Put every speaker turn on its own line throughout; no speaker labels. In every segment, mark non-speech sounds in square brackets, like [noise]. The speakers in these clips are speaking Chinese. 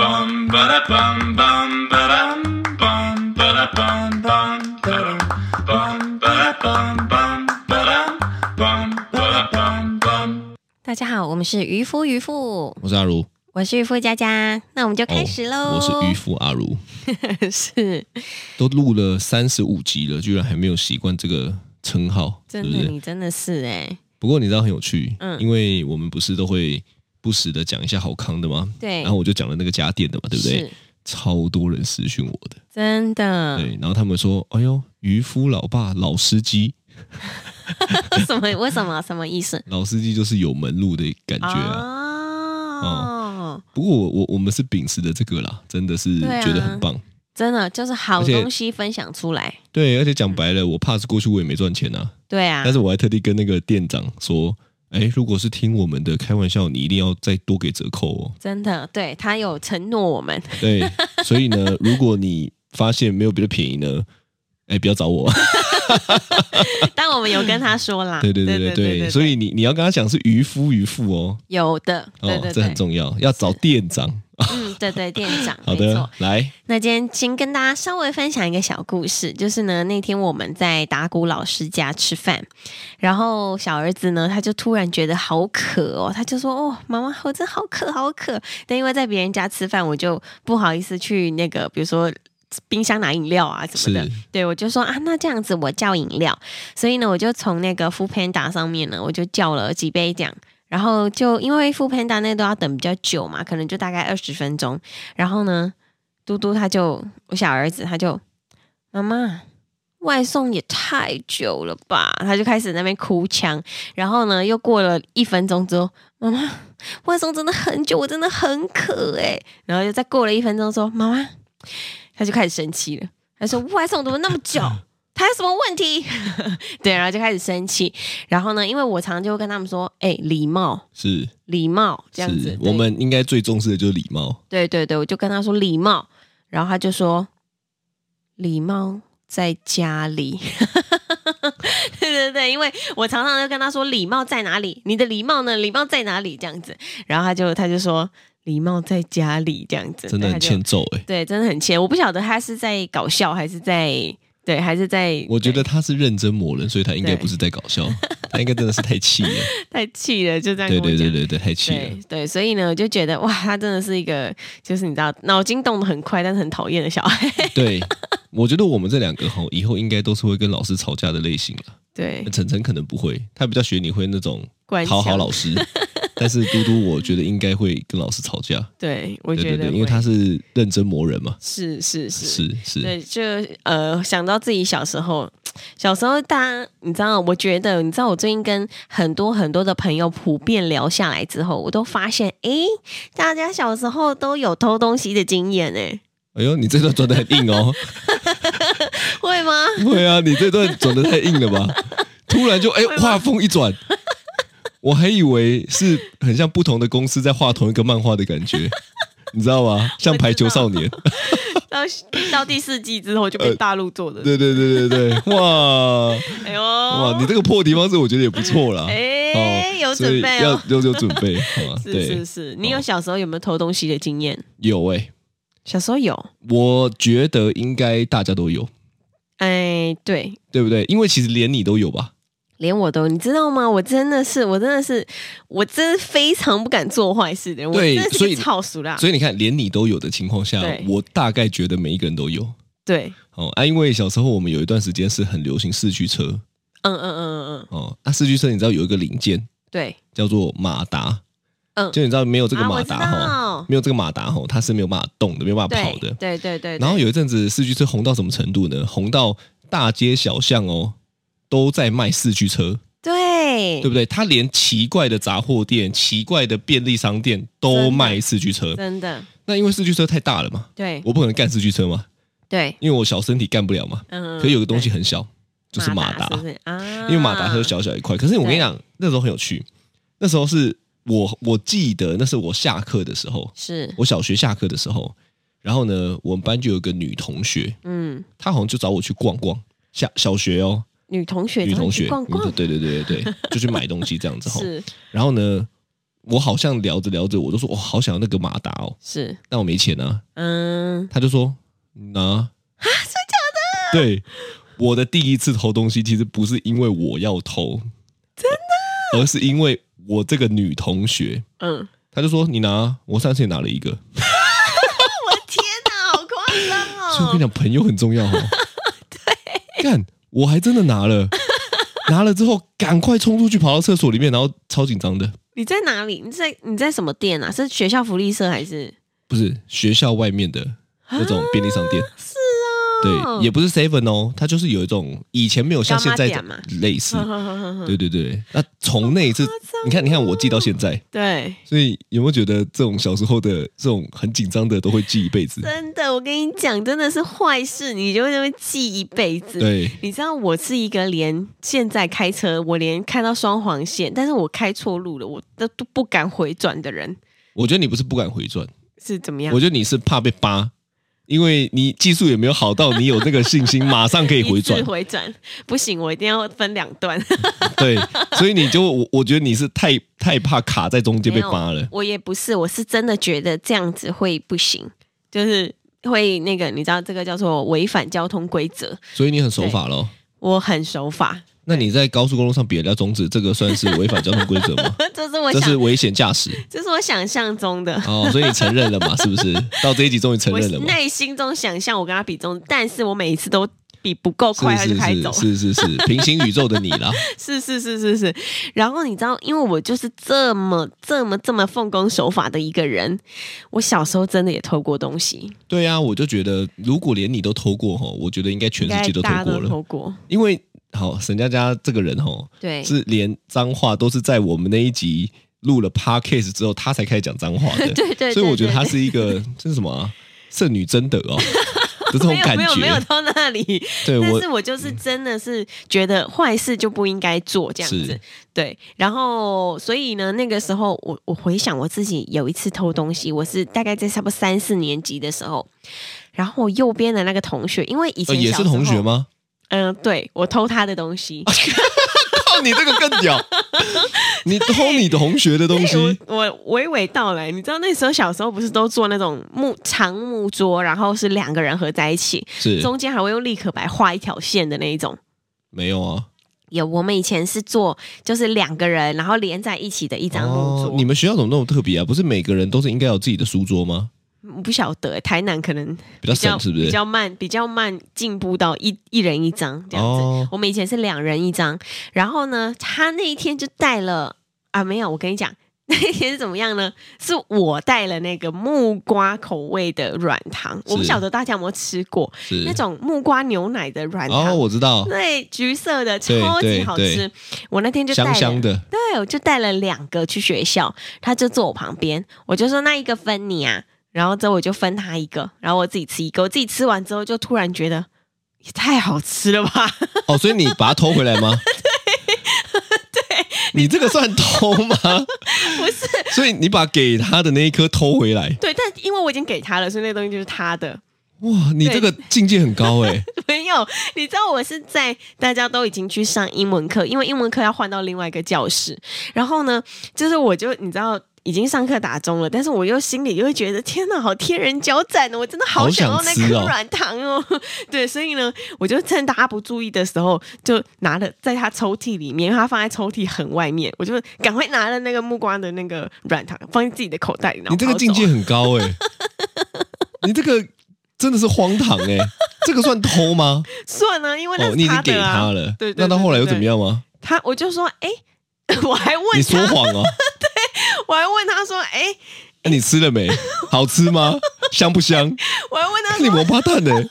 bum ba da bum bum ba dum bum ba da bum bum ba dum bum ba da bum bum ba dum bum ba da bum bum.
大家好，我们是渔夫渔妇，
我是阿如，哦
我是渔夫佳佳，那我们就开始喽、
我是渔夫阿如，
夫， [laughs] 是
都录了三十五集了，居然还没有习惯这个称号，
真
对
的，
不对？
你真的是哎、
不过你知道很有趣，
嗯
因为我们不是都会不时的讲一下好康的吗？
对
然后我就讲了那个家电的嘛，啊对不对？
是嗯
超多人私讯我的，
真的，
对，然后他们说：“哎呦，渔夫老爸老司机，
[laughs] 什么为什么什么意思？
老司机就是有门路的感觉啊。
哦，
不过我我我们是秉持的这个啦，真的是
对啊
觉得很棒。
真的就是好
而且
东西分享出来，
对，而且讲白了，我 pass 过去我也没赚钱啊，
对啊。
但，是我还特地跟那个店长说，哎，如果是听我们的开玩笑，你一定要再多给折扣哦 [laughs]
真的，对他有承诺我们，
对，所以呢，如果你发现没有别的便宜呢，哎，不要
[laughs]
找我。
但我们有跟他说啦，
对对对对对，所以你你要跟他讲是渔夫渔妇哦，
有的，
哦
对对
这很
对，
重要，要找店
[laughs]
长。
嗯，对对，店长，
[laughs] 好
没错
的，来，
那今天先跟大家稍微分享一个小故事，就是呢，那天我们在打鼓老师家吃饭，然后小儿子呢，他就突然觉得好渴哦，他就说：“哦，妈妈，我真好渴，好渴。”但因为在别人家吃饭，我就不好意思去那个，比如说。冰箱拿饮料啊什么的
是，
对我就说啊，那这样子我叫饮料，所以呢，我就从那个 f o o Panda 上面呢，我就叫了几杯这样，然后就因为 f o o Panda 那都要等比较久嘛，可能就大概二十分钟，然后呢，嘟嘟他就我小儿子他就妈妈外送也太久了吧，他就开始在那边哭腔。然后呢，又过了一分钟之后，妈妈外送真的很久，我真的很渴哎、然后又再过了一分钟说妈妈，他就开始生气了，他说外送怎么那么
[laughs]
久？他有什么问题？ [laughs] 对，然后就开始生气。然后呢，因为我常常就会跟他们说，哎、礼貌，
是
礼貌这样子
是，。
对
我们应该最重视的就是礼貌。
对对对，我就跟他说礼貌，然后他就说礼貌在家里。 [laughs] 对对对，因为我常常就跟他说礼貌在哪里，你的礼貌呢？礼貌在哪里？这样子，然后他就他就说礼貌在家里这样子，
真的
对
很欠，揍哎、
他就对，真的很欠。我不晓得他是在搞笑还是在对，还是在
我觉得他是认真磨人，所以他应该
对
不是在搞笑，他应该真的是太气了。
[laughs] [laughs] 太气了，就这样跟
对
我
对
讲
对对对，太气了
对。对，所以呢，我就觉得哇，他真的是一个，就是你知道，脑筋动得很快，但是很讨厌的小孩。 [laughs]
对，我觉得我们这两个哈，以后应该都是会跟老师吵架的类型了。
对，
晨晨可能不会，他比较学你会那种
哎关
讨好
小
老师，但是嘟嘟我觉得应该会跟老师吵架。
对，我
对
觉得
对对，
会
因为他是认真磨人嘛。
是是是
是是，
对，就呃想到自己小时候，小时候大家你知道，我觉得你知道，我最近跟很多很多的朋友普遍聊下来之后，我都发现，诶，大家小时候都有偷东西的经验欸诶，
哎呦，你这段转的很硬哦。
[laughs]
[laughs]
会吗？
对啊，你这段转的太硬了吧？突然就哎，画风一转，我还以为是很像不同的公司在画同一个漫画的感觉，你知道吗？像排球少年。 [laughs]
到 [laughs] 到第四季之后就被大陆做的，
呃对对对对对，哇！
哎呦
哇，你这个破题方式我觉得也不错
[laughs]
啦。
哎
哦
有
所
准
以
备
要
哦
有有准备，
[laughs]
好吧？
是
对哦
是，是，你有小时候有没有偷东西的经验？
有哎、
小时候有，
我觉得应该大家都有，
哎，对，
对不对？因为其实连你都有吧？
连我都，你知道吗？我真的是，我真的是，我真是非常不敢做坏事的人。我
对
真的是
所以
个草俗啦。
所以你看，连你都有的情况下
啊对，
我大概觉得每一个人都有。
对，
哦啊，因为小时候我们有一段时间是很流行四驱车
嗯嗯嗯嗯嗯，
哦，那、四驱车你知道有一个零件
对，
叫做马达，
嗯
就你知道没有这个
啊
马
我知
达哈、
道
没有这个马达哈、它是没有办法动的，没有办法
对
跑的。
对对对。
然后
对
有一阵子四驱车红到什么程度呢？红到大街小巷哦都在卖四驱车，
对
对不对？他连奇怪的杂货店、奇怪的便利商店
真
都
的
卖四驱车。
真的
那因为四驱车太大了嘛，
对
我不可能干四驱车嘛，
对，
因为我小身体干不了嘛。
嗯。
可是有个东西
对
很小，就是马达
是，不是啊？
因为马达它就小小一块。可是我跟你讲，那时候很有趣，那时候是我我记得那是我下课的时候，
是，
我小学下课的时候，然后呢，我们班就有个女同学，
嗯，
她好像就找我去逛逛。下小学哦，
女同学，
女
然后
同
去
学，
逛
女同
逛， [laughs]
对对对对对，就去买东西这样子哈。
是
然后呢，我好像聊着聊着，我就说我好想要那个马达哦，
是，
但我没钱啊。
嗯，
他就说拿啊，真的假的？对，我的第一次偷东西其实不是因为我要偷，真的，而是因为我这个女同学，
嗯，
她就说你拿啊，我上次也拿了一个。
天哪，好夸
所以 [laughs] 我
张
跟
哦！
你讲，朋友很重要
[laughs]
哦。对，干，我还真的拿了，拿了之后赶快冲出去跑到厕所里面，然后超紧张的，
你在哪里？你在你在什么店啊？是学校福利社还是？
不是学校外面的那种便利商店。
啊是哦，
对，也不是 seven 哦，它就是有一种以前没有像现在
干妈店嘛
类似，
对
对对对。那从那一次
好夸张，哦
你看，你看，我记到现在，
[laughs] 对，
所以有没有觉得这种小时候的这种很紧张的都会记一辈子？
真的，我跟你讲，真的是坏事，你就会会记一辈子。
对，
你知道我是一个连现在开车，我连看到双黄线，但是我开错路了，我都都不敢回转的人
我觉得你不是不敢回转，
是怎么样？
我觉得你是怕被扒，因为你技术也没有好到你有那个信心马上可以回转
[laughs] 一次，回转不行，我一定要分两段。
对，所以你就我我觉得你是太太怕卡在中间被扒
没有
了，
我也不是，我是真的觉得这样子会不行，就是会那个，你知道这个叫做违反交通规则。
所以你很守法咯。
我很守法， [laughs]
那你在高速公路上比人家中指，这个算是违反交通规则吗？
这是我
这
想，
是危险驾驶
这是我想象中的。
哦，所以你承认了
[laughs]
嘛？是不是？到这一集终于承
我
认了嘛？
内心中想象我跟他比中，但是我每一次都比不够快，他
是
就开走。
是是是是平行宇宙的你啦，
是是是是是，然后你知道，因为我就是这么这么这么奉公守法的一个人，我小时候真的也偷过东西，
对啊，我就觉得如果连你都偷过吼，我觉得应该全
应该
世界都偷
大家
过
都
了，
偷过，
因为好沈佳佳这个人吼，
对，
是连脏话都是在我们那一集录了 podcast 之后，他才开始讲脏话
[laughs]
的。
对对对
所以我觉得他
对
是一个这是什么啊？圣女贞德
[laughs]
哦的这种
没有
感
没有没有
觉。
到那里，[laughs]
对
但
我嗯
是我就是真的是觉得坏事就不应该做这样子
是，
对。然后所以呢，那个时候我我回想我自己有一次偷东西，我是大概在差不多三四年级的时候，然后我右边的那个同学，因为以
呃
前、
也是同学？吗？ [laughs] 啊
嗯、对我偷他的东西。
靠，你这个更
[laughs]
屌！你偷你同学的东西，
我 [laughs] 我娓娓道来，你知道那时候小时候不是都做那种木长木桌，然后是两个人合在一起，
是
中间还会用立可白画一条线的那一种。
没有啊？
有，我们以前是做就是两个人，然后连在一起的一张木
哦
桌。，
你们学校怎么那么特别啊？不是每个人都是应该有自己的书桌吗？
我嗯不晓得，台南可能
比较
比较
省是不
比
是？
较慢，比较慢进步到一一人一张这样子。
哦
我们以前是两人一张，然后呢，他那一天就带了啊，没有，我跟你讲。 [laughs] 那一天是怎么样呢？是我带了那个木瓜口味的软糖，我不
是
晓得大家有没有吃过
是
那种木瓜牛奶的软
哦，
糖，
我知道，
对，橘色的，
对
超级
对
好
对
吃。我那天就带
香
了
香的，
对，我就带了两个去学校，他就坐我旁边，我就说那一个分你啊，然后之后我就分他一个，然后我自己吃一个，我自己吃完之后就突然觉得也太好吃了吧， [laughs]
哦，所以你把它偷回来吗？对，你这个算偷吗？
[laughs] 不是，
所以你把给他的那一颗偷回来，
对，但因为我已经给他了，所以那东西就是他的，
哇，你
对
这个境界很高哎、
[laughs] 没有，你知道我是在大家都已经去上英文课，因为英文课要换到另外一个教室。然后呢，就是我就你知道已经上课打钟了，但是我又心里又会觉得天哪，好天人交战哦！我真的好想要那
好想吃
颗
哦
软糖哦。 [laughs] 对，所以呢，我就趁大家不注意的时候，就拿了在他抽屉里面，因为他放在抽屉很外面，我就赶快拿了那个木瓜的那个软糖放进自己的口袋里。然后
[laughs] 你这个
跑走
境界很高哎、你这个真的是荒唐哎、这个算
[laughs]
偷吗？
算了，因为那
哦，
是
你已经
他
给
的、啊。
他了，
对对对
那到后来又怎么样吗？
他我就说，哎、 [laughs] 我还问
你
他
说谎
[laughs]
哦、
我还问他说：“哎、
那你吃了没？好吃吗？香
[laughs]
不香？哎
我还问他
你 [laughs]
说，
王八蛋欸哎呢、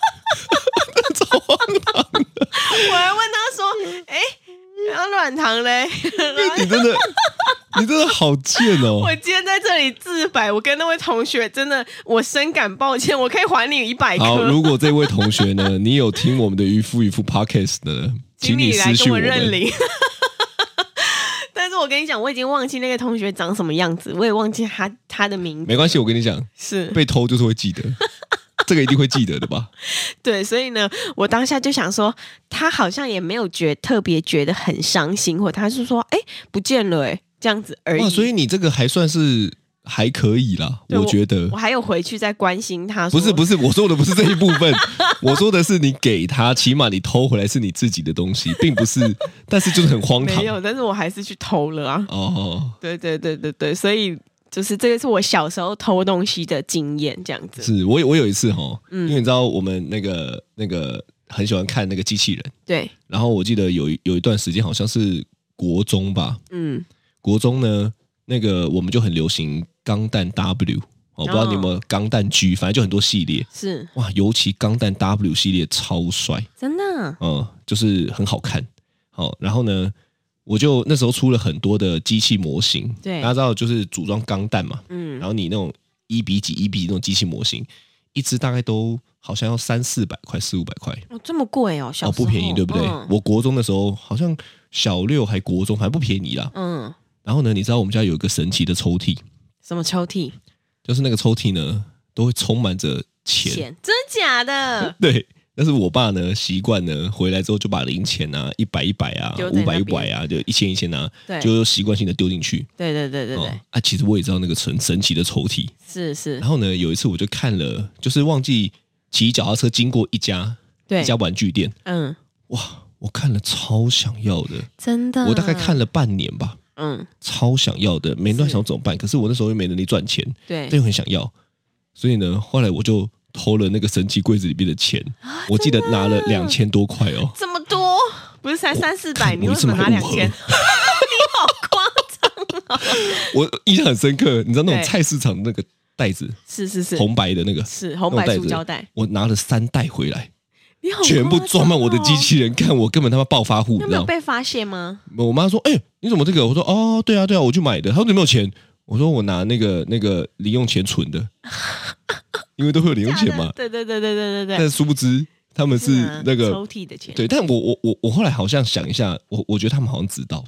我还问他说，哎、然后软糖
[laughs]
嘞？然后
你真的，你真的好贱哦、
我今天在这里自白，我跟那位同学真的，我深感抱歉，我可以还你一百
好，
颗，
如果这位同
[laughs]
学呢，你有听我们的渔夫渔夫 podcast 的呢，请
你来
私
跟
讯
我认
们。
领。 [laughs] 但是我跟你讲，我已经忘记那个同学长什么样子，我也忘记他他的名字。
没关系，我跟你讲，
是
被偷就是会记
[laughs]
得，这个一定会记得的吧？
对，所以呢，我当下就想说，他好像也没有觉特别觉得很伤心，或他是说，哎、不见了、哎，这样子而已。
哇，所以你这个还算是还可以啦，
对
我觉得
我。还有回去再关心他说，
不是不是，我说的不是这一部
[laughs]
分，我说的是你给他，起码你偷回来是你自己的东
[laughs]
西，并不是，但是就是很荒唐
没有，但是我还是去偷了啊。
哦，
对对对对对，所以就是这个是我小时候偷东西的经验，这样子。
是我有我有一次哈，
嗯
因为你知道我们那个那个很喜欢看那个机器人，
对，
然后我记得有一有一段时间好像是国中吧，
嗯，
国中呢，那个我们就很流行钢弹 W，哦，不知道你有没有钢弹 G，反正就很多系列。
是
哇，尤其钢弹 W 系列超帅，
真的啊、
嗯，就是很好看。好、然后呢，我就那时候出了很多的机器模型，
对
大家知道就是组装钢弹嘛，
嗯
然，后你那种一比几一比几那种机器模型，一只大概都好像要三四百块，四五百块，
哦，这么贵哦，小
哦，
时候
不便宜，对不对？
嗯
我国中的时候好像小六还国中，反正不便宜啦。
嗯，
然后呢，你知道我们家有一个神奇的抽屉，
什么抽屉？
就是那个抽屉呢都会充满着钱。？
钱？真的假的
[laughs] 对，但是我爸呢习惯呢回来之后就把零钱啊、一百一百啊
丢、在
五百
那
一
边
百啊，就一千一千啊，
对
就习惯性的丢进去。
对对对对对，
哦、啊，其实我也知道那个神神奇的抽屉。
是是
然，后呢，有一次我就看了，就是忘记骑脚踏车经过一家
对
一，家玩具店，
嗯，
哇，我看了超想要的，
真的，
我大概看，了半年吧，
嗯，
超想要的，没乱
是
想怎么办？可是我那时候又没能力赚钱，
对
但，又很想要，所以呢，后来我就偷了那个神奇柜子里面的钱，
啊
我记得拿了两千多块哦，
这么多，不是才三四百，
看
你
我
为
一
什
次
么拿
买
两
五盒
千？你好夸张！
我印象很深刻。你知道那种
对
菜市场的那个袋子，
是是是，
红白的那个，
是
那
红
种
白
袋
塑
子
胶袋，，
我拿了三袋回来，
你好，哦
全部装满我的机。器人，看我根本他妈暴发户，你
那
知
没有
道？
被发现吗？
我妈说：“哎、你怎么这个？”我说：“哦，对啊，对啊，我去买的。”她说：“你有没有钱？”我说：“我拿那个那个零用钱存的，因为都会有零用钱嘛。
对对对对对对对，
但殊不知他们是
啊
那个
抽屉的钱，
对，但我我我我后来好像想一下，我我觉得他们好像知道，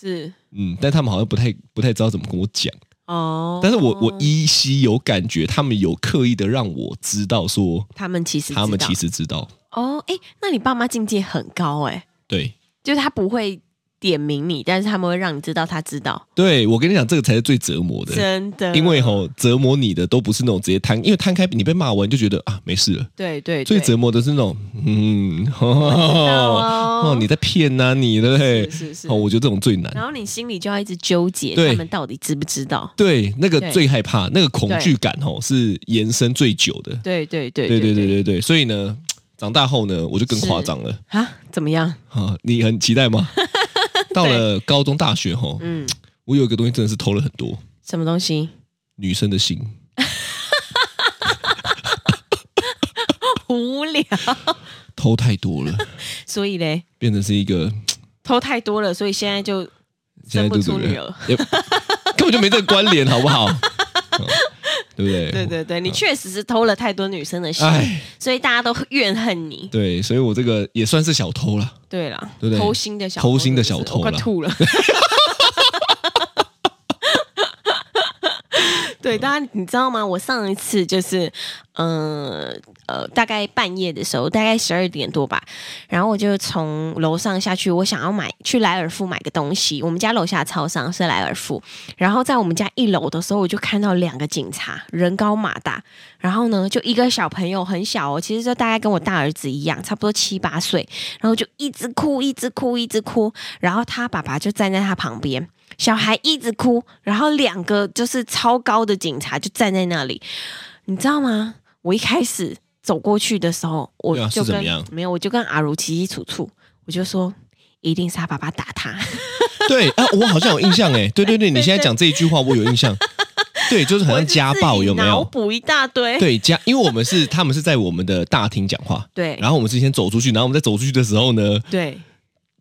是
嗯，但他们好像不太不太知道怎么跟我讲。
哦。
但是我我依稀有感觉，他们有刻意的让我知道说，
他们其实
他们
知道
其实知道，
哦，哎，那你爸妈境界很高哎，
对
就是他不会点名你，但是他们会让你知道他知道，
对，我跟你讲，这个才是最折磨的，
真的，
因为吼折磨你的都不是那种直接摊，因为摊开你被骂完就觉得啊没事了。
对对，
[laughs] 最哦
对
折磨的是那种，嗯，哦
哦
[laughs] 哦，你在骗呐、你对不对？
是是是
哦，我觉得这种最难。
然后你心里就要一直纠结，
对
他们到底知不知道？
对，那个
对
最害怕，那个恐惧感哦，是延伸最久的。
对对对
对
对
对对对对，所以呢，长大后呢，我就更夸张了
啊，怎么样？
啊！你很期
[laughs]
待吗？到了高中、大学吼，
嗯，
我有一个东西真的是偷了很多
什么东西？
女生的心。
无聊，
偷太
[laughs]
多了，
所以嘞，
变成是一个
偷太多了，所以现在就
现
生
在就
不
怎
出
么
女
样，
儿。
也根本就没这个关
[laughs]
联，好不好？嗯对不对？
对对对，你确实是偷了太多女生的心，
哎，
所以大家都怨恨你。
对，所以我这个也算是小偷了。
对啦，
对不对
偷心的小偷
偷心的小偷
是不是
[laughs]
我快
啦
吐了。 [laughs] 对，大家你知道吗？我上一次就是，嗯呃大概半夜的时候，大概十二点多吧，然后我就从楼上下去，我想要买去莱尔富买个东西。我们家楼下超商是莱尔富，然后在我们家一楼的时候，我就看到两个警察，人高马大，然后呢，就一个小朋友很小哦，其实就大概跟我大儿子一样，差不多七八岁，然后就一直哭，一直哭，一直哭，然后他爸爸就站在他旁边。小孩一直哭，然后两个就是超高的警察就站在那里，你知道吗？我一开始走过去的时候，我
对啊
就是
怎么
跟、
样
没有，我就跟阿如起起楚楚，我就说一定是他爸爸打他，
[laughs] 对啊，我好像有印
[laughs]
象哎，对对对，你现在讲这一句话，我有印象。对，就是好像家暴有没
我就自
有
己脑？补一大堆，
[laughs] 对家，因为我们是他们是在我们的大厅讲话，
对
然后我们是先走出去，然后我们在走出去的时候呢，
对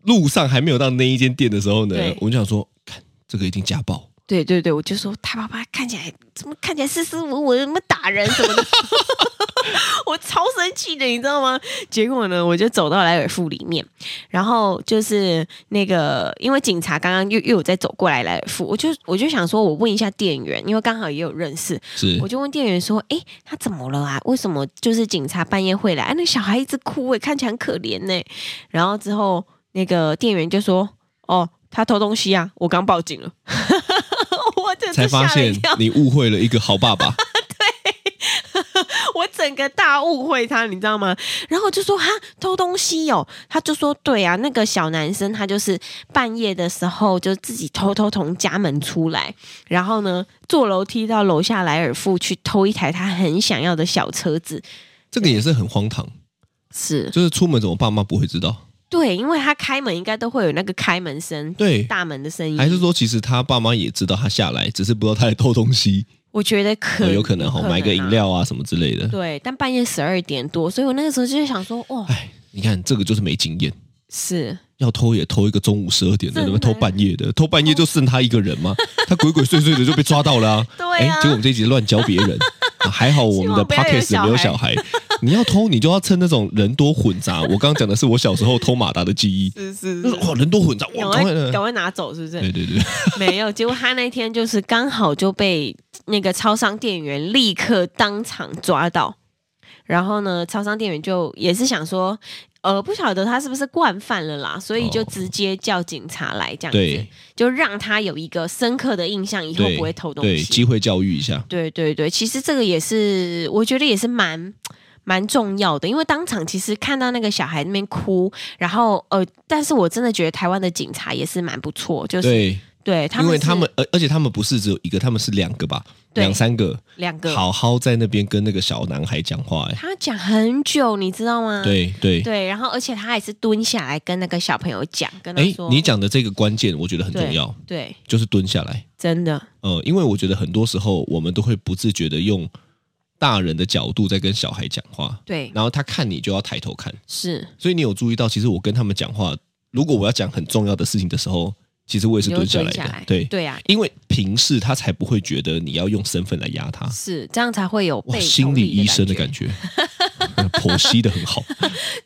路上还没有到那一间店的时候呢
对，
我们就想说，看这个一定家暴，
对对对，我就说他爸爸看起来怎么看起来斯斯文文，怎么打人什么的， [laughs] 我超生气的，你知道吗？结果呢，我就走到莱尔富里面，然后就是那个，因为警察刚刚又又有在走过来莱尔富，我就我就想说，我问一下店员，因为刚好也有认识，
是
我就问店员说：“哎、他怎么了啊？为什么就是警察半夜会来？啊、那小欸孩一直哭、诶，看起来很可怜呢、然后之后那个店员就说：“哦，他偷东西啊，我刚报警了， [laughs] 我真
才
的
发
吓了一
现
跳，
你误会了一个好爸爸。
[laughs] 我整个大误会他，你知道吗？然后我就说哈，偷东西哦，他就说对啊，那个小男生他就是半夜的时候就自己偷偷从家门出来，然后呢坐楼梯到楼下莱尔富去偷一台他很想要的小车子，
这个也是很荒唐，
是
就是出门怎么爸妈不会知道？
对，因为他开门应该都会有那个开门声，
对，
大门的声音，
还是说其实他爸妈也知道他下来，只是不知道他在偷东西，
我觉得
呃
可
有可能哈、
啊
买个饮。料啊什么之类的。
对，但半夜十二点多，所以我那个时候就是想说，哇，
哎，你看这个就是没经验，
是
要偷也偷一个中午十二点的，
真
怎
的
么偷半夜的？偷半夜就剩他一个
[laughs]
人嘛，他鬼鬼祟祟的就被抓到了啊。
对
哎、
啊
结果我们这一集乱教别人。啊还好我们
希
的
望不要有
podcast 没有
小
小孩，你要偷你就要趁那种人多混杂。我刚刚讲的是我小时候偷马达的记忆，
是是
就是哇人多混杂，
嗯赶
哇赶
快
快的
赶，快拿走，是不
对
是？
对对，
没有，结果他那天就是刚好就被那个超商店员立刻当场抓到，然后呢，超商店员就也是想说，呃，不晓得他是不是惯犯了啦，所以就
哦
直接叫警察来这样子，
对
就让他有一个深刻的印象，以后
对，
不会偷东
对，
西。
机会教育一下。
对对对，其实这个也是，我觉得也是蛮蛮重要的，因为当场其实看到那个小孩那边哭，然后呃，但是我真的觉得台湾的警察也是蛮不错，就是对
对，
他们
因
是
为他们，而而且他们不是只有一个，他们是两个吧，
对
两三个，
两个，
好好在那边跟那个小男孩讲话、哎，
他讲很久，你知道吗？
对对，
嗯对，然后而且他也是蹲下来跟那个小朋友讲，跟他
哎
说，，
你讲的这个关键，我觉得很重要，
对，
就是蹲下来。
真的
呃，因为我觉得很多时候我们都会不自觉的用大人的角度在跟小孩讲话，
对
然后他看你就要抬头看，
是，
所以你有注意到，其实我跟他们讲话，如果我要讲很重要的事情的时候，其实我也是
你就
蹲下
蹲
来
下
的，
来，
对。
对啊，
因为平视他才不会觉得你要用身份来压他，
是这样才会有
哇，
被
心
同
理医
的
生的
觉
感觉， [laughs] 剖析的很
[laughs]
好。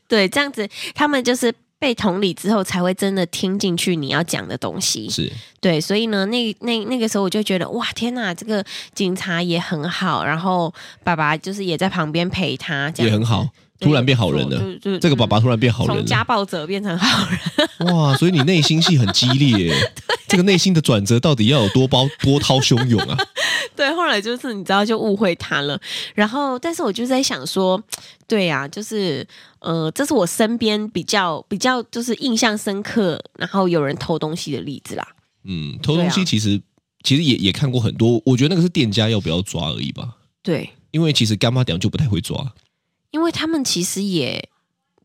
对，这样子他们就是被同理之后，才会真的听进去你要讲的东西。
是，
对，所以呢，那那那个时候我就觉得，哇，天哪，这个警察也很好，然后爸爸就是也在旁边陪他，这样
也很好，
对
突然变好人了。
就嗯就
这个爸爸突然变好
从
人
家
了，
暴者变成好人，
哇！所以你内心戏很激
[laughs]
烈耶，这个内心的转折到底要有多包 [laughs] 波涛汹涌啊？
对，后来就是你知道就误会他了，然后但是我就在想说，对呀、就是呃，这是我身边比较比较就是印象深刻，然后有人偷东西的例子啦，
嗯，偷东
对
西
啊
其实、其实也也看过很多，我觉得那个是店家要不要抓而已吧，
对。
因为其实干妈屌就不太会抓，
因为他们其实也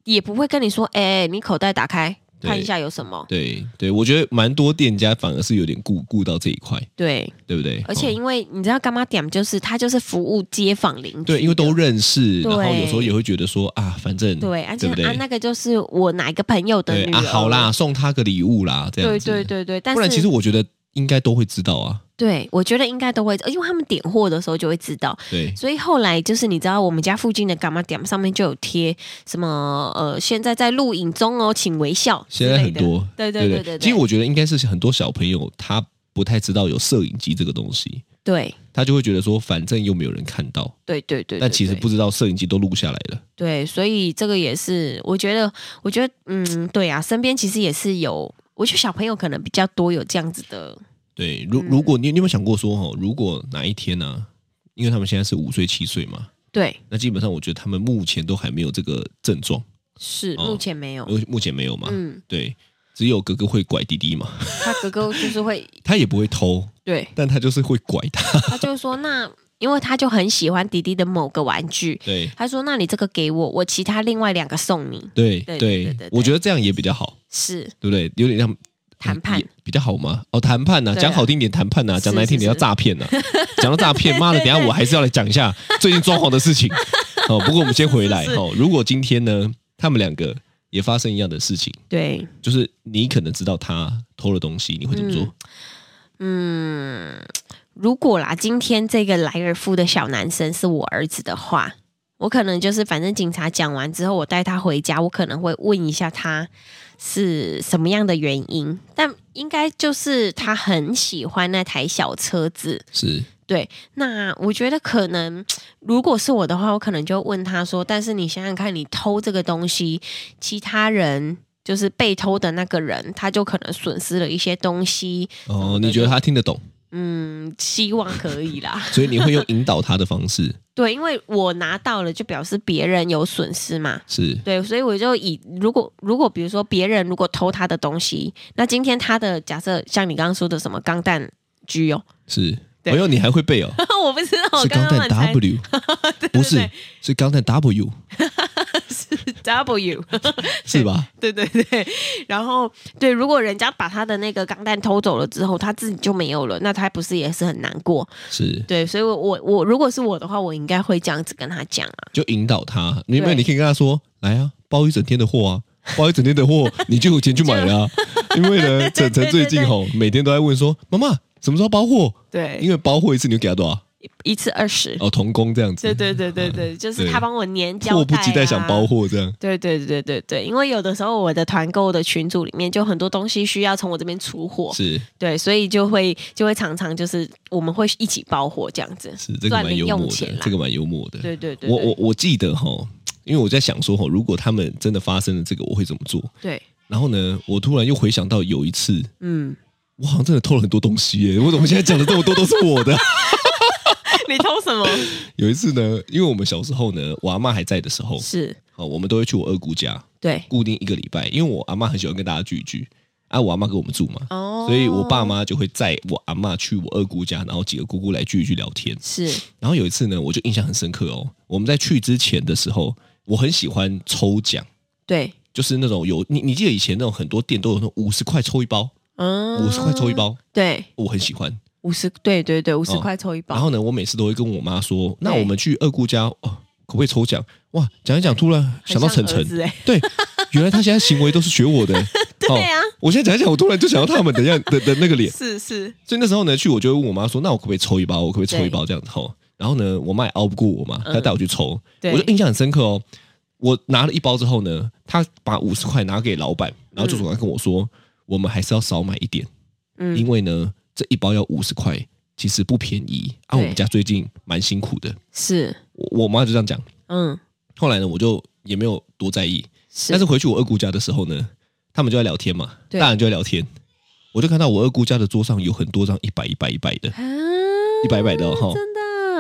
也不会跟你说，哎、你口袋打开
对
看一下有什么。
对对，我觉得蛮多店家反而是有点顾顾到这一块，
对，
对不对？
而且
哦
因为你知道干妈点就是他就是服务街坊邻居的，
对，因为都认识，然后
对
有时候也会觉得说啊，反正
对，而且
不对
啊那个就是我哪一个朋友的
对
女儿，
啊，好啦，，送他个礼物啦，这样
对
子，
对对对，但
不
是
然其实我觉得应该都会知道啊，
对我觉得应该都会，因为他们点货的时候就会知道，
对
所以后来就是你知道，我们家附近的干妈点上面就有贴什么呃，现在在录影中哦，请微笑之
现在
类
很
的，
多，
对
对
对
不
对对，
其实我觉得应该是很多小朋友他不太知道有摄影机这个东西，
对
他就会觉得说反正又没有人看到，
对对对，
但
对
其实
对
不知道摄影机都录下来了。
对，所以这个也是，我觉得，我觉得，嗯，对啊，身边其实也是有，我觉得小朋友可能比较多有这样子的，
对，如如果你你有没有想过说哦，如果哪一天呢、因为他们现在是五岁七岁嘛，
对，
那基本上我觉得他们目前都还没有这个症状，
是、
哦
目前没有，
因为目前没有嘛，
嗯，
对，只有哥哥会拐弟弟嘛，
他哥哥就是会，
他也不会偷，
[laughs] 对，
但他就是会拐他，
他就说那，因为他就很喜欢迪迪的某个玩具，
对
他说那你这个给我，我其他另外两个送你，
对
对对对对对
我觉得这样也比较好。
是
对不对？有点像
谈判
也比较好吗？哦，谈判呐、
对啊
讲好听点谈判呐、
是
讲难听点
是
要
是
诈骗呐、啊 [laughs] 讲到
[laughs]
诈骗，妈的，等一下我还是要来讲一下最近装潢的事情。哦，不过我们先回来
是是
哦。如果今天呢，他们两个也发生一样的事情，
对，
就是你可能知道他偷了东西，你会怎么做？
嗯，如果啦，今天这个莱尔夫的小男生是我儿子的话，我可能就是反正警察讲完之后，我带他回家，我可能会问一下他是什么样的原因，但应该就是他很喜欢那台小车子。
是
那我觉得可能如果是我的话，我可能就问他说：“但是你想想看，你偷这个东西，其他人。”就是被偷的那个人，他就可能损失了一些东西。
哦，你觉得他听得懂，
嗯，希望可以啦。
[laughs] 所以你会用引导他的
[laughs]
方式，
对，因为我拿到了，就表示别人有损失嘛。
是
对，所以我就以如果如果比如说别人如果偷他的东西，那今天他的假设像你刚刚说的什么钢弹 G 哦， [laughs]
是。
对
哎呦，你还会背哦？
我不知道， [laughs] 我
是
刚
钢
刚
弹
乱猜
W，
[laughs] 对
不
对
是
对，
是钢弹 W，
是 [laughs] W，
是吧？
[laughs] 对对对。然后对，如果人家把他的那个钢弹偷走了之后，他自己就没有了，那他不是也是很难过？
是，
对，所以我我我如果是我的话，我应该会这样子跟他讲啊。
就引导他。你有没
对
有？你可以跟他说：“来啊，包一整天的货啊， [laughs] 包一整天的货，你就有钱去买
[laughs]
了、啊。”因为呢，晨晨最近吼，每天都在问说：“妈妈，什么时候包货？”因
对，
为包货一次你就给他多少？
一次二十。
哦，童工这样子，
对对对对对，就是
对
他帮我粘胶带、啊，
迫不及待想包货这样。
对对对对对，因为有的时候我的团购的群组里面就很多东西需要从我这边出货，
是
对，所以就会就会常常就是我们会一起包货这样子。
是，这个
赚
蛮
零
幽
用
默
钱
的
啦，
这个蛮幽默的。
对对对，
我
对
我我记得哈，因为我在想说哈，如果他们真的发生了这个，我会怎么做？
对，
然后呢，我突然又回想到有一次，
嗯，
我好像真的偷了很多东西耶！我怎么现在讲的这么多都是我的？
[laughs] 你偷什么？
有一次呢，因为我们小时候呢，我阿妈还在的时候，
是
啊，我们都会去我二姑家，
对
固定一个礼拜，因为我阿妈很喜欢跟大家聚一聚，啊，我阿妈跟我们住嘛，
哦，
[laughs] 所以我爸妈就会载我阿妈去我二姑家，然后几个姑姑来聚一聚聊天。
是
然后有一次呢，我就印象很深刻哦，我们在去之前的时候，我很喜欢抽奖，
对，
就是那种有你你记得以前那种很多店都有那种五十块抽一包，
嗯，
五十块抽一，包，
对，
我很喜欢。
五十，对对对，五十
哦
块抽一包，
然后呢，我每次都会跟我妈说，那我们去二姑家哦，可不可以抽奖？哇，讲一讲，突然
很
想到
像
晨
儿
晨，
子哎，
对，原来他现在行为都是学我
[laughs]
的、哦
对啊，
我现在讲一讲，我突然就想到他们的样的的那个脸。
是是，
所以那时候呢，去我就会问我妈说，那我可不可以抽一包？我可不可以抽
对嗯
一包这样子？吼，然后呢，我妈也拗不过我嘛，她带我去抽，
对
我就印象很深刻哦。我拿了一包之后呢，她把五十块拿给老板，然后就总来跟我说，我们还是要少买一点，因
嗯，
为呢，这一包要五十块，其实不便宜。啊，
对
我们家最近蛮辛苦的，
是，
我我妈就这样讲。
嗯，
后来呢，我就也没有多在意。
是
但是回去我二姑家的时候呢，他们就在聊天嘛，
对
大人就在聊天，我就看到我二姑家的桌上有很多张一百一百
[laughs]
一百的，
啊，
一百一百的哦哈。
真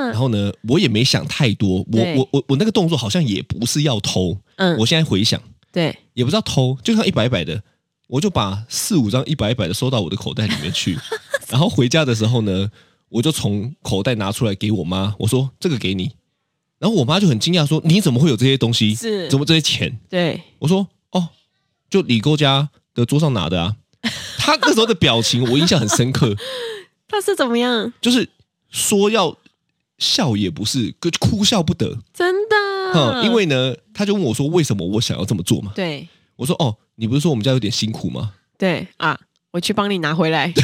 然
的，
后呢，我也没想太多，我
对
我我我那个动作好像也不是要偷，
嗯，
我现在回想
对，
也不知道偷，就看一百一百的，我就把四五张一百一百的收到我的口袋里面去，然后回家的时候呢，我就从口袋拿出来给我妈，我说这个给你，然后我妈就很惊讶说你怎么会有这些东西？
是
怎么这些钱？
对，
我说哦，就李沟家的桌上拿的啊。他那时候的表情我印象很深刻，
他是怎么样？
就是说要笑也不是，就哭笑不得。
真的，
嗯，因为呢，他就问我说为什么我想要这么做嘛？
对
我说哦，你不是说我们家有点辛苦吗？
对啊，我去帮你拿回
[laughs]
来。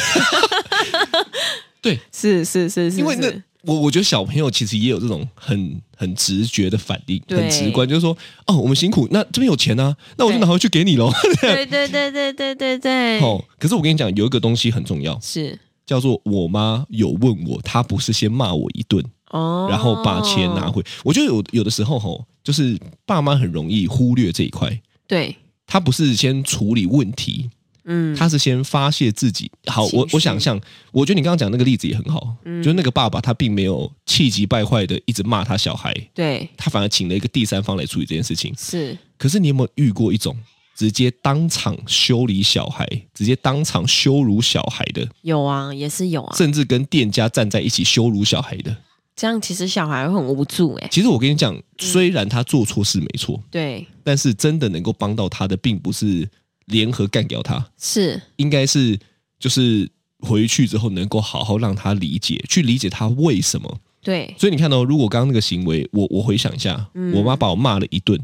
对，
是是是是，
因为那
是
我我觉得小朋友其实也有这种很很直觉的反应，
对
很直观，就是说哦，我们辛苦，那这边有钱啊，那我就拿回去给你喽。
对对对对对对对，
[laughs] 哦，可是我跟你讲，有一个东西很重要，
是
叫做我妈有问我，她不是先骂我一顿，
哦，
然后把钱拿回。我觉得有有的时候吼，就是爸妈很容易忽略这一块。
对，
他不是先处理问题，
嗯，
他是先发泄自己。好，
情
我
绪嗯
我想象，我觉得你刚刚讲那个例子也很好，就是那个爸爸他并没有气急败坏的一直骂他小孩，
对
他反而请了一个第三方来处理这件事情。
是
可是你有没有遇过一种直接当场修理小孩，直接当场羞辱小孩的，
有啊，也是有啊，
甚至跟店家站在一起羞辱小孩的？
这样其实小孩会很无助哎、
其实我跟你讲，虽然他做错事没错，
对，
但是真的能够帮到他的，并不是联合干掉他，
是
应该是就是回去之后能够好好让他理解，去理解他为什么。
对
所以你看到、哦如果刚刚那个行为，我我回想一下，
嗯
我妈把我骂了一顿，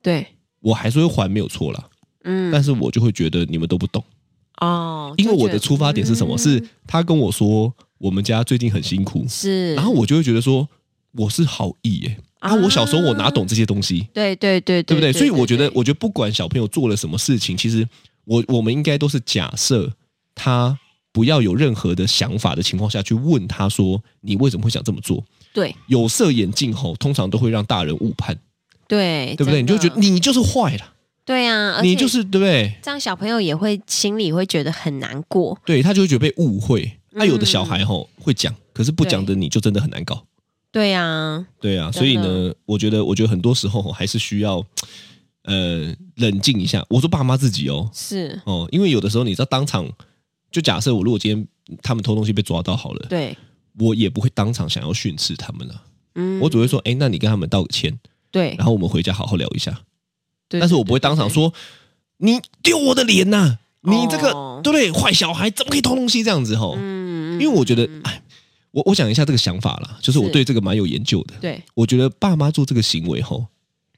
对，
我还是会还没有错啦，
嗯
但是我就会觉得你们都不懂，
哦，
因为
就觉
我
得
的出发点是什么？
嗯
是她跟我说我们家最近很辛苦，
是，
然后我就会觉得说我是好意耶、啊，我小时候我哪懂这些东西？
对对对
对不对？
对？
所以我觉得
对，
我觉得不管小朋友做了什么事情，其实我我们应该都是假设他不要有任何的想法的情况下去问他说：“你为什么会想这么做
对？”
有色眼镜吼，通常都会让大人误判，
对
对不对？你就
真的
觉得你就是坏了，
对啊，而且
你就是对不对？
这样，小朋友也会心里会觉得很难过。
对他就会觉得被误会。那、
嗯
有的小孩吼会讲，可是不讲的你就真的很难搞。
对啊，
对啊，
真的
所以呢，我觉得，我觉得很多时候吼还是需要呃冷静一下。我说爸妈自己哦，
是，
哦，因为有的时候你知道，当场就假设我如果今天他们偷东西被抓到好了，
对，
我也不会当场想要训斥他们了，
嗯，
我只会说，哎，那你跟他们道个歉，
对，
然后我们回家好好聊一下。
对
但是我不会当场，说你丢我的脸呐、你这个、
哦
对不对？坏小孩怎么可以偷东西这样子吼？
对对嗯，嗯
因为我觉得，哎，我我讲一下这个想法啦，就是我
是
对这个蛮有研究的。
对，
我觉得爸妈做这个行为吼，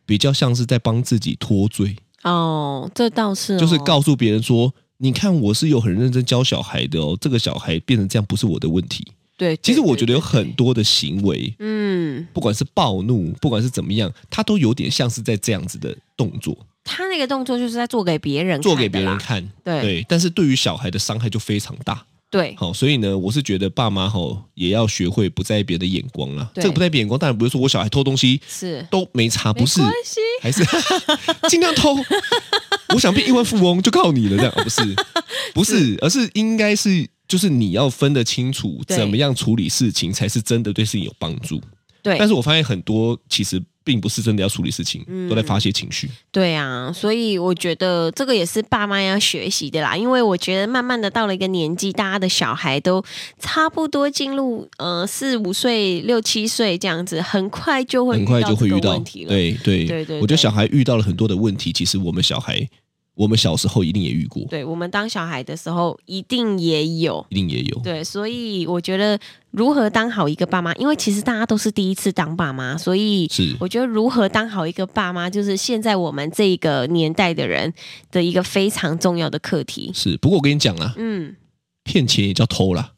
比较像是在帮自己脱罪，
哦，这倒是哦，
就是告诉别人说。你看，我是有很认真教小孩的哦。这个小孩变成这样不是我的问题。
对，
其实
对
我觉得有，
对
很
对
多的行为，
嗯，
不管是暴怒，不管是怎么样，他都有点像是在这样子的动作
他那个动作就是在做给别人看的
做
啦，
给别人看。
对，
对，但是对于小孩的伤害就非常大。
对
好，所以呢，我是觉得爸妈吼也要学会不在意别人的眼光啦。
对
这个不在意别人眼光，当然不是说我小孩偷东西
是，
都没差，不是
没，关系，
[laughs] 还是尽量偷。 [laughs] 我想变亿万富翁就靠你了，这样、哦
[laughs]
不是？不是，而是应该是就是你要分得清楚，
对
怎么样处理事情才是真的对事情有帮助。
对
但是我发现很多其实并不是真的要处理事情，
嗯
都在发泄情绪。
对啊，所以我觉得这个也是爸妈要学习的啦，因为我觉得慢慢的到了一个年纪，大家的小孩都差不多进入呃四五岁、六七岁这样子，很快就会
很快就会遇
这个
到。
问题了。
对对
对对
我觉
对
得小孩遇到了很多的问题，其实我们小孩，我们小时候一定也遇过，
对我们当小孩的时候一定也有。
一定也有。
对，所以我觉得如何当好一个爸妈，因为其实大家都是第一次当爸妈，所以
是
我觉得如何当好一个爸妈，就是现在我们这个年代的人的一个非常重要的课题。
是，不过我跟你讲啦，
嗯，
骗钱也叫偷啦。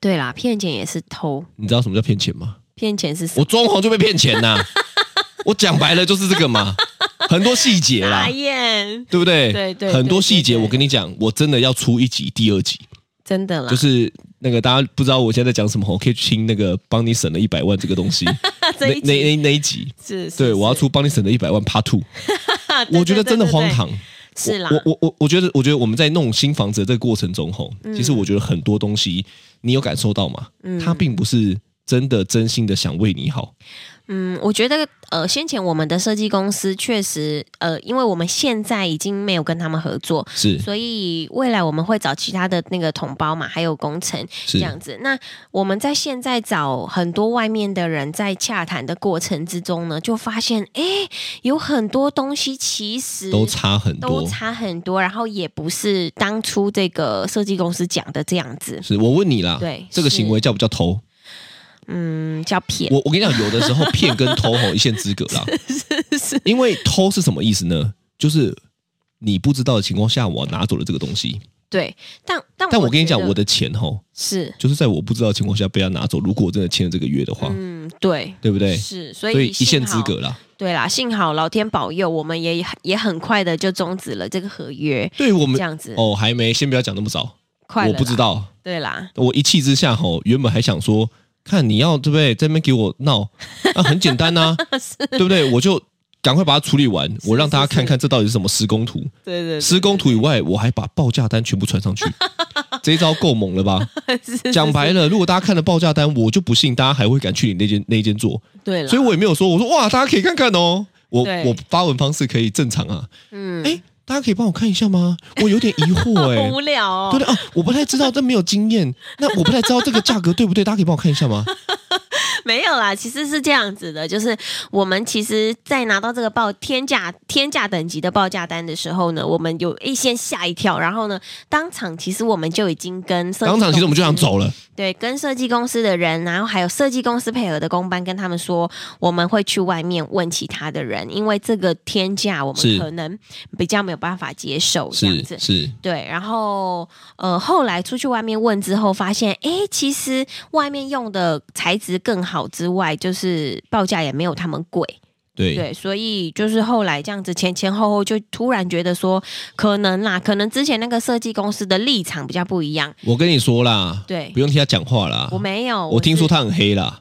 对啦，骗钱也是偷，
你知道什么叫骗钱吗？
骗钱是什
我装潢就被骗
[laughs]
钱呐。我讲白了就是这个嘛，很多细节啦
傻，眼，
对不对？
哎对对
很
对
多
对
细节，
对
我跟你讲，我真的要出一集、第二集，
真的啦，
就是那个大家不知道我现在在讲什么，我可以去听那个帮你省了一百万这个东西，
[laughs] 这
那
一
那
集
那那一集，
是，是
对我要，
是
出帮你省了一百万 Part Two，
啊对
我觉得
对
真的
对对
荒
对
唐。
是啦，
我我我我觉得，我觉得我们在弄新房子的这个过程中，吼，其实我觉得很多东西你有感受到吗？
嗯
他并不是真的真心的想为你好，
嗯，我觉得呃，先前我们的设计公司确实呃，因为我们现在已经没有跟他们合作，
是
所以未来我们会找其他的那个同胞嘛，还有工程这
是
样子。那我们在现在找很多外面的人在洽谈的过程之中呢，就发现诶，有很多东西其实
都差很
都
多。
差很多，然后也不是当初这个设计公司讲的这样子。
是我问你啦，
对
这个
是
行为叫不叫偷？
嗯，叫骗，
我我跟你讲，有的时候骗跟偷吼一线之隔
[laughs]
啦，因为偷是什么意思呢？就是你不知道的情况下，我拿走了这个东西，
对。但但
但我跟你讲，
哦觉得
我的钱吼，
是
就是在我不知道的情况下被他拿走。如果我真的签了这个约的话，
嗯，对。
对不哦对？
是，所以
所以一线
幸
之
好
隔啦。
对啦，幸好老天保佑，我们也也很快的就终止了这个合约，
对我
这
们
样子、
哦，还没，先不要讲那么早。
快了。
我不知，道，
对啦，
我一气之下吼，原本还想说，看你要对不对，在那边给我闹，那很简单
[laughs]
呐、对不对？我就赶快把它处理完，我让大家看看这到底是什么施工图。
对对 [laughs]
施工图以外，我还把报价单全部传上去，这一招够猛
[laughs]
了吧？讲白了，如果大家看了报价单，我就不信大家还会敢去你那间那间做，
对了，啊
所以我也没有说，我说哇，大家可以看看哦，我
对
我发文方式可以正常啊，
嗯，
哎，大家可以帮我看一下吗？我有点疑
[laughs]
惑哎、
好无聊哦。
对的啊，我不太知道，但没有
[laughs]
经验，那我不太知道这个价格对不对？大家可以帮我看一下吗？
[laughs] 没有啦，其实是这样子的，就是我们其实，在拿到这个报天价天价等级的报价单的时候呢，我们有一先吓一跳，然后呢，当场其实我们就已经跟设计
当场其实我们就
公
想
司
走了，
对，跟设计公司的人，然后还有设计公司配合的工班，跟他们说，我们会去外面问其他的人，因为这个天价我们
是
可能比较没有办法接受这样
是
子。
是，
对，然后呃，后来出去外面问之后，发现诶，其实外面用的材质更好之外，就是报价也没有他们贵。
对
对，所以就是后来这样子前前后后，就突然觉得说，可能啦，可能之前那个设计公司的立场比较不一样。
我跟你说啦，
对
不用替他讲话啦
我，没有，
我听
是 [laughs]
说他很黑啦，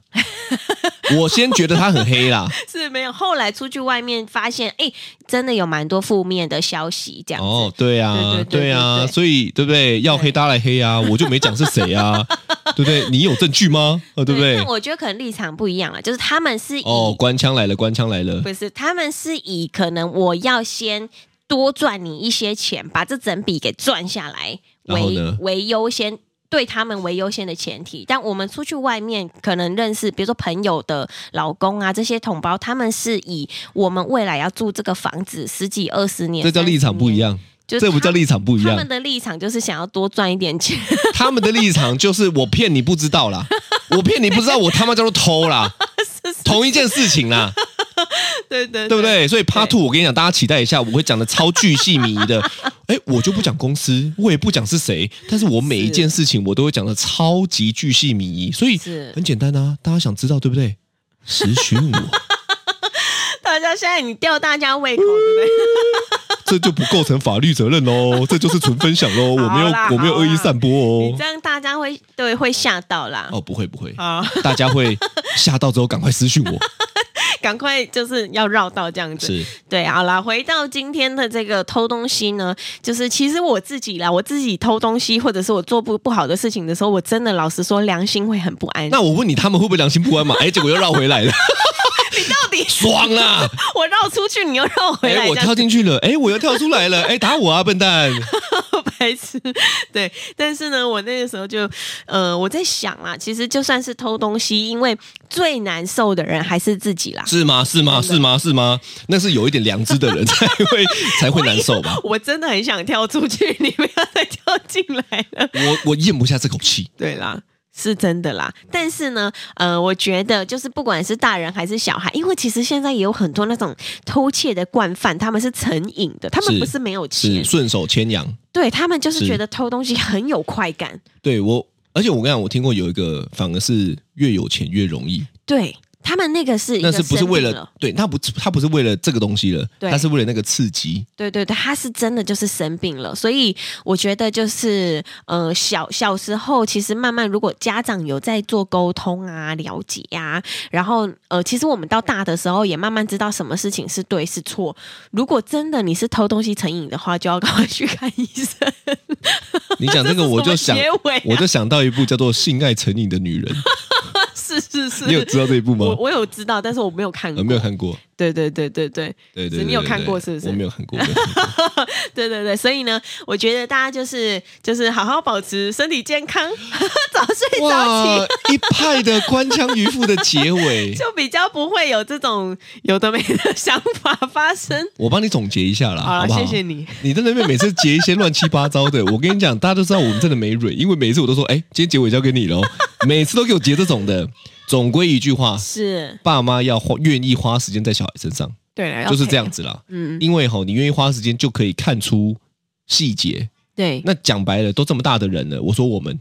我先觉得它很黑啦，
是没有。后来出去外面发现，哎、真的有蛮多负面的消息， [laughs] 这样子。
哦，对啊
对对，对
对啊，
对对
所以对不对？要黑大家来黑啊，我就没讲是谁啊，对不对？你有证据吗？啊，对不对
但？我觉得可能立场不一样了，啊就是他们是以、
哦，官腔来了，官腔来了，
不是他们是以可能我要先多赚你一些钱，把这整笔给赚下来
然后
为
呢
为优先。对他们为优先的前提，但我们出去外面可能认识，比如说朋友的老公啊，这些同胞，他们是以我们未来要住这个房子十几二十年，
这叫立场不一
样，
样，
就是
这不
他
叫立场不一
他
样
们。的立场就是想要多赚一点钱，
他们的立场就是我骗你不知道
[laughs]
啦，我骗你不知道，我他妈叫做偷啦，同一件事情啦，
对对
对不？对？所以 Part Two，我跟你讲，大家期待一下，我会讲的超巨细靡遗
[laughs]
的。哎，我就不讲公司，我也不讲是谁，但是我每一件事情我都会讲的超级巨细靡遗，所以
是
很简单啊，大家想知道对不对？实询我，
大家现在你吊大家胃口，对不对？
[laughs] 这就不构成法律责任喽，这就是纯分享喽，我没有
好啦
我没有恶意散
[laughs]
播
你
哦
这。样大家会对会吓到啦。
哦，不会不会，
啊，
大家会吓到之后赶快私讯我，
赶快就是要绕道这样子。
是
[laughs] 对，好啦，回到今天的这个偷东西呢，就是其实我自己啦，我自己偷东西或者是我做不不好的事情的时候，我真的老实说，良心会很不安。
那我问你，他们会不会良心不安嘛？哎，结果又绕回来了，
你到底
[laughs] 爽啊啦！
[laughs] 我绕出去，你又绕回来，
哎，我
这样
跳进去了，哎，我又跳出来了，哎，打我啊，笨蛋！
白痴。 [laughs] 对，但是呢，我那个时候就，呃，我在想啦，其实就算是偷东西，因为最难受的人还是自己啦。
是吗？是吗？
真的
是吗？是吗？那是有一点良知的人 [laughs] 才会才会难受吧？
我真的很想跳出去，你不要再跳进来了。
我我咽不下这口气，
对啦。是真的啦，但是呢，呃，我觉得就是不管是大人还是小孩，因为其实现在也有很多那种偷窃的惯犯，他们是成瘾的，他们
是
不是没有
是
钱，
顺手牵羊。
对他们就是
是
觉得偷东西很有快感，
对我，而且我跟你讲，我听过有一个，反而是越有钱越容易，
对他们那个是一
那
个
是不是
生
为
病
了？对，他不他不是为了这个东西了，
对
他是为了那个刺激。
对对对，他是真的就是生病了，所以我觉得就是呃，小小时候其实慢慢如果家长有在做沟通啊、了解啊，然后呃，其实我们到大的时候也慢慢知道什么事情是对是错。如果真的你是偷东西成瘾的话，就要赶快去看医生。
你讲 [laughs] 这个，
是
我
什么
就想
结尾啊，
我就想到一部叫做《性爱成瘾的女人》， [laughs]
是是是，
你有知道这一部吗
我？我有知道，但是我没有看过。
我没有看过，
对对对对对。
对对
是
对，
你有
对
看
对
过是不是
我没有
[laughs]
看过，没有看过
对对对，所以呢，我觉得大家就是就是好好保持身体健康， [laughs] 早睡早起。
哇，一派的官腔渔夫的结
[laughs]
尾，
就比较不会有这种有的没的想法发生。
我帮你总结一下啦，
好
啊好
了，
不好？
谢谢你。
你在那边每次结一些乱七八糟的，我跟你讲，大家都知道我们真的没蕊，因为每一次我都说，哎、今天结尾交给你
[laughs]
喽，每次都给我结这种的。总归一句话，
是
爸妈要花愿意花时间在小孩身上，
对了，要
就是这样
配合。
子啦。
嗯，
因为吼，你愿意花时间就可以看出细节。
对，
那讲白了，都这么大的人了，我说我们，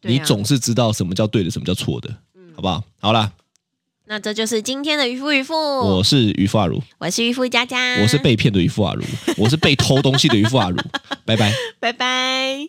对啊嗯
你总是知道什么叫对的，什么叫错的，好不好？好啦，
那这就是今天的渔夫渔夫，
我
我
是渔夫阿如，
是渔夫佳佳，
我是被骗的渔夫阿如，我是被偷东西的渔夫阿如，拜拜。
拜拜。